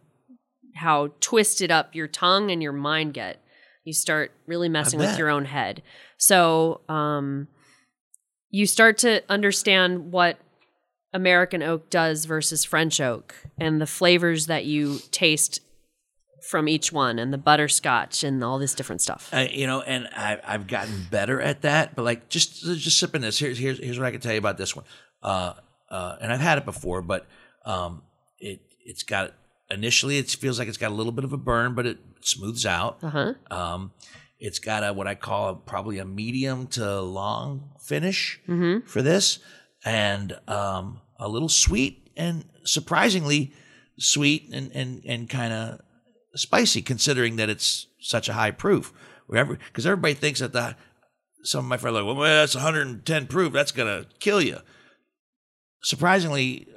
how twisted up your tongue and your mind get. You start really messing with
bet.
your own head. So um, you start to understand what American oak does versus French oak, and the flavors that you taste from each one, and the butterscotch, and all this different stuff.
I, you know, and I, I've gotten better at that. But like, just just sipping this. Here's here's here's what I can tell you about this one. Uh, uh, and I've had it before, but um, it it's got initially it feels like it's got a little bit of a burn, but it smooths out.
Uh huh.
Um, it's got a what I call probably a medium to long finish
Mm-hmm.
for this, and um, a little sweet and surprisingly sweet and and and kind of spicy considering that it's such a high proof. Wherever because everybody thinks that the some of my friends are like, well, man, that's 110 proof. That's gonna kill you. Surprisingly,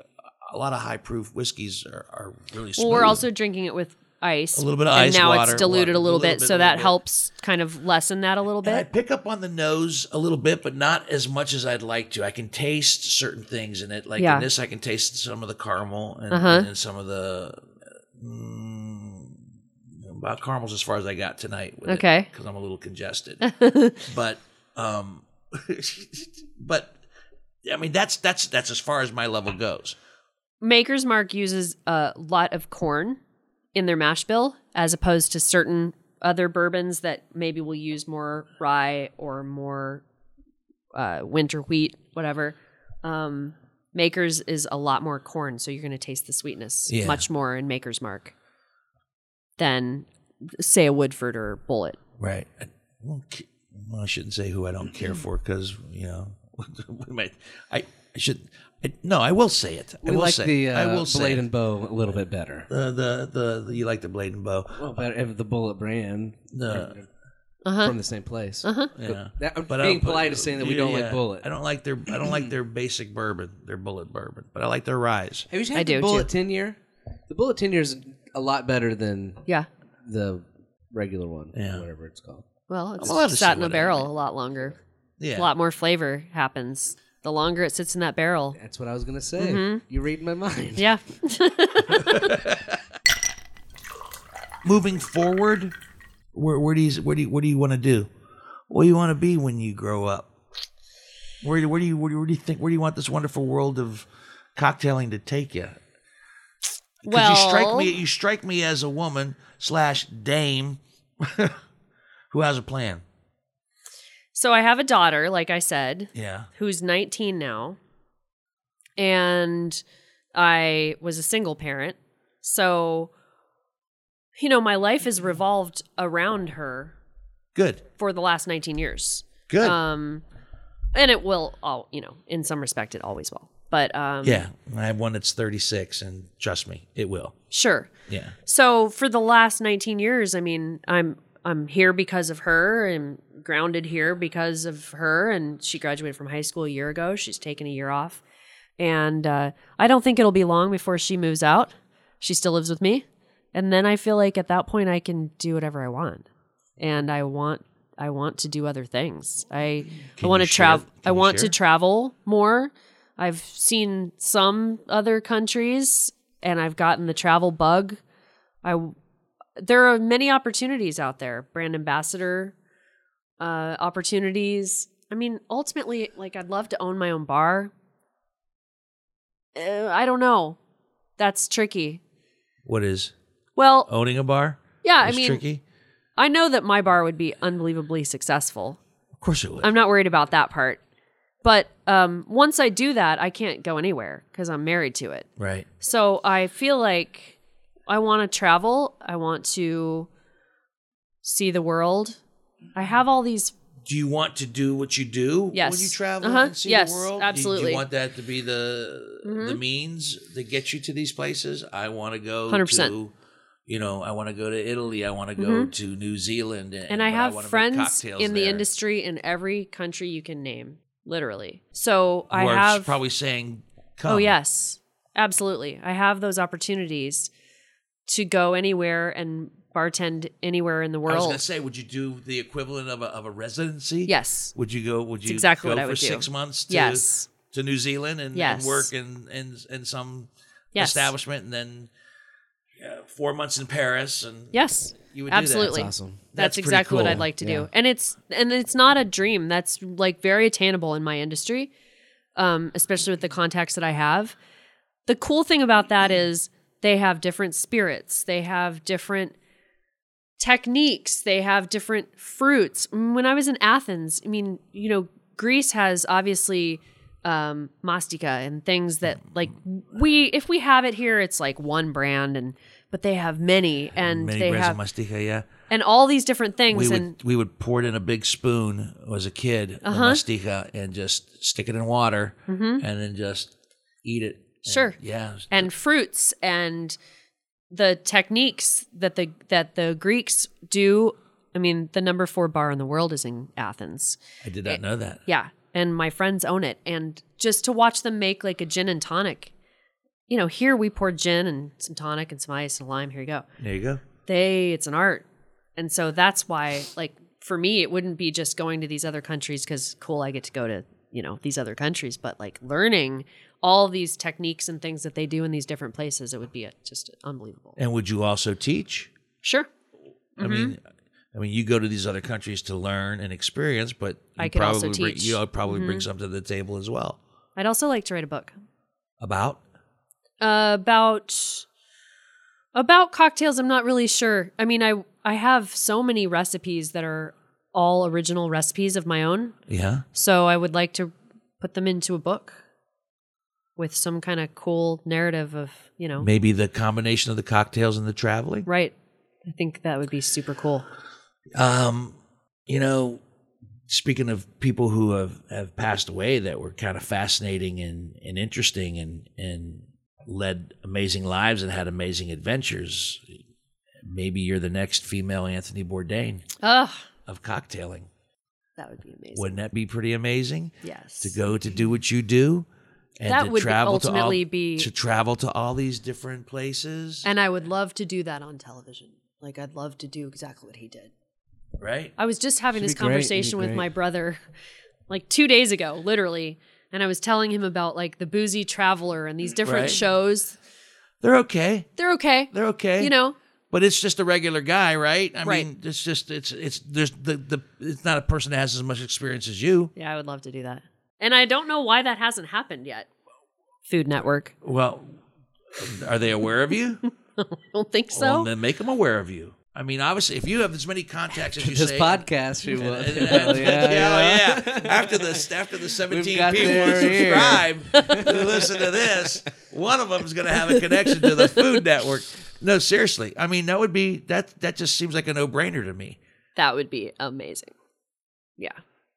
a lot of high proof whiskeys are, are really. Smooth.
Well, we're also drinking it with ice.
A little bit of
and
ice,
now
water,
it's diluted
water,
a little
a little
bit,
bit,
so
a
that
little bit.
helps kind of lessen that a little
And I
bit.
pick up on the nose a little bit, but not as much as I'd like to. I can taste certain things in it. Like
Yeah.
in this, I can taste some of the caramel and,
Uh-huh.
and some of the. Mm, about caramels as far as I got tonight. With
Okay.
Because I'm a little congested. but, um, but. I mean that's that's that's as far as my level goes.
Maker's Mark uses a lot of corn in their mash bill, as opposed to certain other bourbons that maybe will use more rye or more uh, winter wheat, whatever. Um, Maker's is a lot more corn, so you're going to taste the sweetness
Yeah.
much more in Maker's Mark than, say, a Woodford or Bullet.
Right. I, don't ca- well, I shouldn't say who I don't care for because you know, what am I, I I should. I, no, I will say it. I
We
will
like
say.
the
it.
uh,
I will say
blade
it.
and bow a little bit better.
Uh, the, the the you like the blade and bow.
Well, better if the bullet brand
The,
Uh-huh.
from the same place.
yeah.
That- I'm
I
being
don't-
polite is saying that we don't like
yeah.
bullet.
I don't like their I don't like their basic bourbon, their bullet bourbon, but I like their rise.
Have you
I
had
do,
the bullet
too.
ten year? The bullet ten year is a lot better than
Yeah.
the regular one,
Yeah.
whatever it's called.
Well, it's
I'm allowed to say
sat in a
whatever,
barrel
right?
a lot longer.
Yeah.
A lot more flavor happens the longer it sits in that barrel.
That's what I was gonna say. You read my mind.
Mm-hmm. Yeah.
Moving forward, where, where do you what do you, what do you want to do? What do you want to be when you grow up? Where do- where do you where do you, where do you think where do you want this wonderful world of cocktailing to take you? Because
well,
you strike me you strike me as a woman slash dame who has a plan.
so I have a daughter, like I said,
Yeah.
who's 19 now. And I was a single parent. So, you know, my life has revolved around her
Good.
for the last 19 years.
Good.
Um, and it will all, you know, in some respect, it always will. But um,
yeah. I have one that's 36 and trust me, it will.
sure.
Yeah.
So for the last 19 years, I mean, I'm I'm here because of her and grounded here because of her and she graduated from high school a year ago. She's taken a year off. And uh, I don't think it'll be long before she moves out. She still lives with me. And then I feel like at that point I can do whatever I want. And I want I want to do other things. I I
Can
want
you
to
share-
travel
can
I
you
want to
share?
travel more. I've seen some other countries and I've gotten the travel bug. I there are many opportunities out there brand ambassador uh opportunities i mean ultimately like i'd love to own my own bar uh, i don't know that's tricky
What is
well
owning a bar?
yeah i
Oh, It's
mean
tricky.
i know that my bar would be unbelievably successful
Of course it would.
i'm not worried about that part but um once i do that i can't go anywhere because i'm married to it
right.
So I feel like I want to travel. I want to see the world. I have all these.
Do you want to do what you do
Yes.
when you travel
Uh-huh.
and see
Yes,
the world? Do you- Do you,
absolutely. Mm-hmm.
want that to be the the means that get you to these places? I want to go
100%.
to you know, I want to go to Italy. I want to go to New Zealand, and,
Mm-hmm. And I
but
have
wanna make
friends
cocktails
in the
there.
industry in every country you can name, literally. So
Who
I
are
have.
probably saying, "Come."
oh, yes. Absolutely. I have those opportunities to go anywhere and bartend anywhere in the
I was
world.
going to say, would you do the equivalent of a, of a residency?
yes.
Would you go? Would you
exactly
go
what I
for
would do.
six months? To,
Yes.
To New Zealand and, and
Yes.
work in in in some
Yes.
establishment, and then uh, four months in Paris, and
Yes.
you would do that.
Absolutely.
That's awesome.
That's
that's,
pretty
exactly what
cool.
I'd like to do. And it's and it's not a dream. That's like very attainable in my industry, um, especially with the contacts that I have. The cool thing about that is they have different spirits. They have different techniques. They have different fruits. Mm, When I was in Athens, I mean, you know, Greece has obviously um mastica and things that like we if we have it here it's like one brand and but they have many and
Many
they
brands
have
of mastica, yeah.
and all these different
We
things and
would we would pour it in a big spoon as a kid, the
Uh-huh.
mastica, and just stick it in water, and then just eat it. And,
Mm-hmm. Sure.
Yeah.
and fruits and the techniques that the that the Greeks do. I mean, the number four bar in the world is in Athens.
I did not know that.
Yeah, and my friends own it. And just to watch them make like a gin and tonic. You know, here we pour gin and some tonic and some ice and lime. Here you go.
There you go.
They, it's an art, and so that's why, like for me, it wouldn't be just going to these other countries because cool, I get to go to you know these other countries, but like learning all these techniques and things that they do in these different places, it would be uh, just unbelievable.
And would you also teach?
Sure,
I
Mm-hmm.
mean, I mean, you go to these other countries to learn and experience, but
I
you
could also
probably bring-
teach. Mm-hmm.
you probably bring something to the table as well.
I'd also like to write a book uh,
About
about about cocktails. I'm not really sure. I mean, I I have so many recipes that are all original recipes of my own
yeah,
So I would like to put them into a book with some kind of cool narrative of, you know,
maybe the combination of the cocktails and the traveling.
right. I think that would be super cool.
Um, you know, speaking of people who have, have passed away that were kind of fascinating and, and interesting and, and led amazing lives and had amazing adventures, maybe you're the next female Anthony Bourdain
Ugh,
of cocktailing.
that would be amazing.
Wouldn't that be pretty amazing
yes.
to go to do what you do and
That
to
would
travel
ultimately
to all,
be-
to travel to all these different places,
And I would love to do that on television. Like I'd love to do exactly what he did.
right?
I was just having
Should
this
be great, it'd be
conversation with
great.
my brother like two days ago, literally. And I was telling him about like the Boozy Traveler and these different
Right.
shows.
They're okay.
They're okay.
They're okay.
You know,
but it's just a regular guy, right? I
Right.
mean, it's just it's it's there's the the it's not a person that has as much experience as you.
yeah, I would love to do that. And I don't know why that hasn't happened yet. Food Network.
Well, are they aware of you?
I don't think
well,
so.
then make them aware of you. I mean, obviously, if you have as many contacts as you
This
say,
podcast, she was.
And-
Hell
and-
yeah,
yeah, yeah. After the after the seventeen
We've got
people who
their ear.
subscribe who listen to this, one of them is going to have a connection to the Food Network. No, seriously. I mean, that would be that. That just seems like a no brainer to me
That would be amazing. Yeah.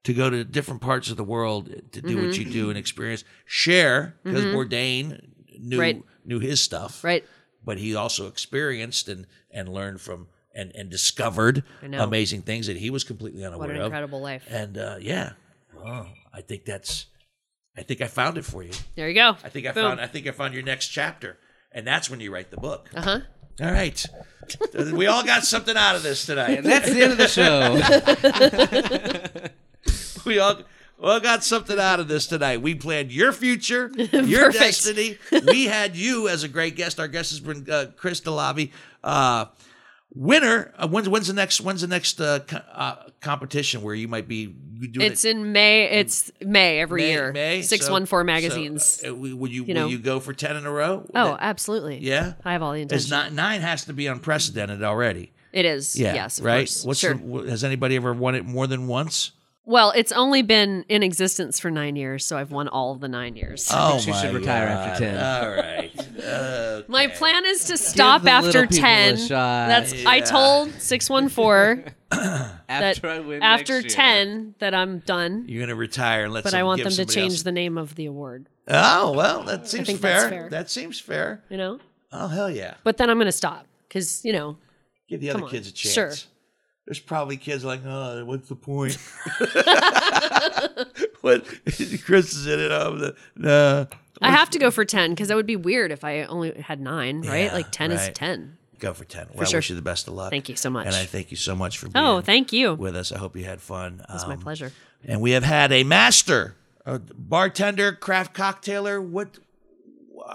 to go to different parts of the world to do
Mm-hmm.
what you do and experience. Share because Bourdain knew
Right.
knew his stuff,
Right.
but he also experienced and and learned from and and discovered
know.
amazing things that he was completely unaware
What an
of.
incredible life.
And uh, yeah, oh, I think that's. I think I found it for you.
There you go.
I think I
Boom.
found. I think I found your next chapter, and that's when you write the book.
Uh huh.
All right, we all got something out of this
And
tonight.
that's the end of the show.
We all. we all got something out of this tonight. We planned your future, your
Perfect.
destiny. We had you as a great guest. Our guest has been uh, Chris Delavi. Uh, winner. Uh, when's, when's the next? When's the next uh, co- uh, competition where you might be doing it?
It's in May. It's May every
May-
year.
May,
Six
so-
one four
so,
magazines.
uh, uh, would you,
know.
will you go for ten in a row?
oh,
That-
absolutely.
yeah.
I have all the
It's
intention.
not nine has to be unprecedented already.
it is.
Yeah,
Yes. Of
right.
Course.
What's
sure.
the, wh- has anybody ever won it more than once?
Well, it's only been in existence for nine years, so I've won all of the nine years.
Oh,
she should retire after 10.
All right. Okay.
My plan is to stop
the little
after
people a
ten.
shot.
That's I told six one four that
after I win next
after
year.
ten that I'm done,
You're gonna retire and let.
but I want them to change
the.
the name of the award.
Oh well, that seems
think
fair.
that's fair.
That seems fair.
You know,
Oh hell yeah!
but then I'm going to stop because you know
Give the other
on.
kids a chance.
Sure.
There's probably kids like, oh, what's the point? what? Chris is in it. Oh, the, no.
I have to go for ten because that would be weird if I only had nine, right?
Yeah,
like ten is
right.
ten.
go for 10. Well, I
sure.
wish you the best of luck.
Thank you so much.
And I thank you so much for being
Oh, thank you.
with us. I hope you had fun. Um,
It's
um,
my pleasure.
And we have had a master, a bartender, craft cocktailer. What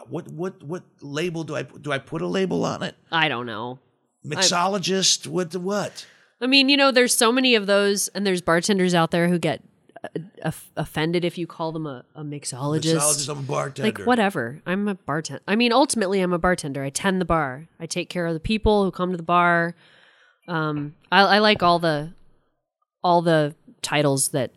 what what what label do I do I put a label on it?
I don't know.
Mixologist, what the what?
I mean, you know, there's so many of those, and there's bartenders out there who get uh, of- offended if you call them a, a mixologist.
Mixologist, I'm a bartender.
like whatever. I'm a bartender. I mean, ultimately, I'm a bartender. I tend the bar. I take care of the people who come to the bar. Um, I, I like all the all the titles that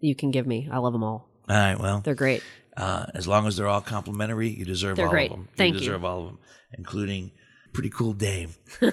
you can give me. I love them all.
All right, well,
They're great.
uh, as long as they're all complimentary, you deserve
They're
all
great.
of them.
Thank
you
you.
deserve all of them, including pretty cool Dame. all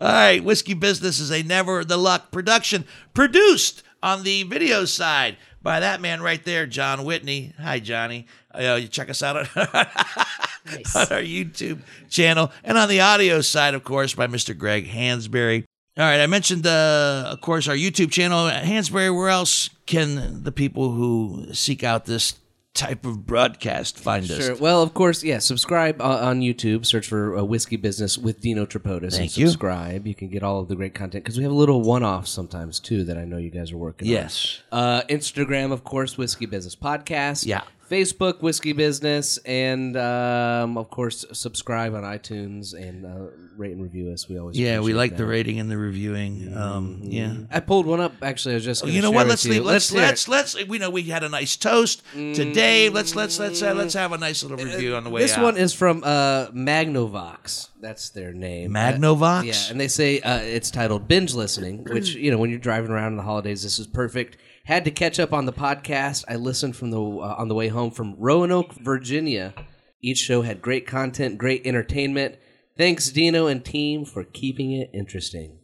right, Whiskey Business is a never the luck production produced on the video side by that man right there, John Whitney. Hi, Johnny. Uh, you check us out on,
Nice.
on our YouTube channel. And on the audio side, of course, by Mr. Greg Hansberry. All right, I mentioned, uh, of course, our YouTube channel. Uh, Hansberry, where else can the people who seek out this type of broadcast find us?
Sure. Well, of course, yeah. Subscribe uh, on YouTube. Search for uh, Whiskey Business with Dino Tripodis and
Thank you.
subscribe. You. can get all of the great content because we have a little one-off sometimes too that I know you guys are working on.
Yes.
Uh, Instagram, of course, Whiskey Business Podcast.
Yeah.
Facebook, Whiskey Business, and um, of course, subscribe on iTunes and uh, rate and review us. We always
Yeah, we
appreciate
like
that. Mm-hmm.
the rating and the reviewing. Um, yeah.
I pulled one up actually. I was just.
Oh, You know what? Let's leave. Let's
let
let's, let's we know we had a nice toast to Dave. Let's let's let's uh, let's have a nice little review on the way
This
out.
one is from uh, Magnovox. That's their name.
Magnovox?
Uh, yeah, and they say uh, it's titled "Binge Listening," which you know when you're driving around in the holidays, this is perfect. Had to catch up on the podcast. I listened from the uh, on the way home from Roanoke, Virginia. Each show had great content, great entertainment. Thanks, Dino and team, for keeping it interesting.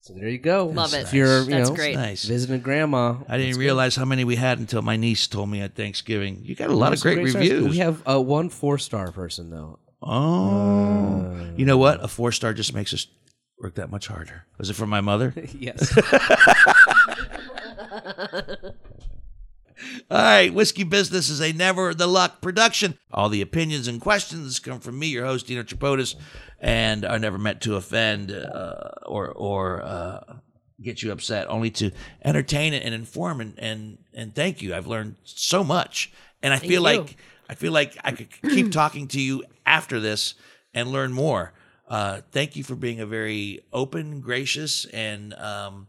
So there you go.
Love it.
If you're, you
That's
know,
great.
nice.
visiting grandma,
I didn't realize how many we had until my niece told me at Thanksgiving. You got a lot of great,
stars.
reviews.
We have uh, one four star person though.
oh, you know what? A four star just makes us work that much harder. Was it from my mother?
Yes.
All right, Whiskey Business is a Never the Luck production. All the opinions and questions come from me, your host Dino Tripodis, and are never meant to offend uh, or or uh, get you upset, only to entertain and inform and and and thank you. I've learned so much, and I feel
you.
like I feel like I could keep talking to you after this and learn more. Uh, thank you for being a very open, gracious, and um,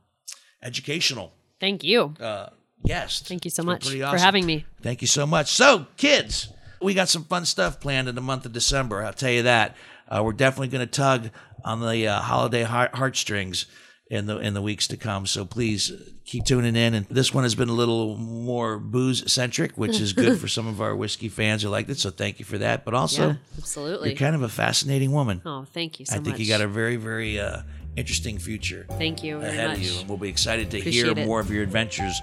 educational
Thank you.
uh, guest.
Thank you so
It's been
much
pretty
for
awesome.
having me.
Thank you so much. So, kids, we got some fun stuff planned in the month of December. I'll tell you that. Uh, we're definitely going to tug on the uh, holiday heart- heartstrings in the in the weeks to come. So please uh, keep tuning in. And this one has been a little more booze centric, which is good for some of our whiskey fans who liked it. So thank you for that. But also,
Yeah, absolutely.
you're kind of a fascinating woman.
oh, thank you so
I
much.
think you got a very very uh, interesting future
Thank you very
ahead
much.
of you, and we'll be excited to
Appreciate
hear
it.
more of your adventures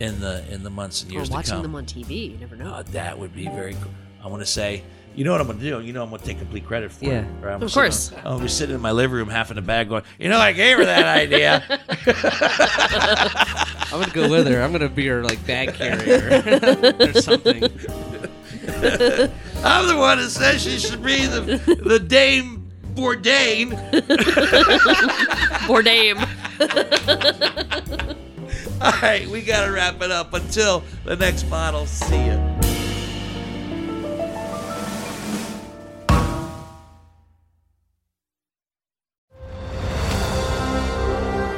in the in the months and
Or
years to
watching
come.
them on TV. You never know.
Uh, that would be very cool. I want to say, you know what I'm going to do? You know I'm going to take complete credit for
Yeah.
it. Or I'm
Of
sitting-
course.
I'm going to be sitting in my living room, half in a bag, going, you know, I gave her that idea.
I'm gonna go with her. I'm gonna be her like bag carrier or something.
I'm the one that says she should be the, the Dame Bourdain.
Bourdain.
All right, we got to wrap it up. Until the next bottle, see ya.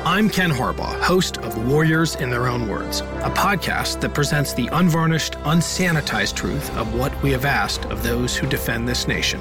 I'm Ken Harbaugh, host of Warriors in Their Own Words, a podcast that presents the unvarnished, unsanitized truth of what we have asked of those who defend this nation.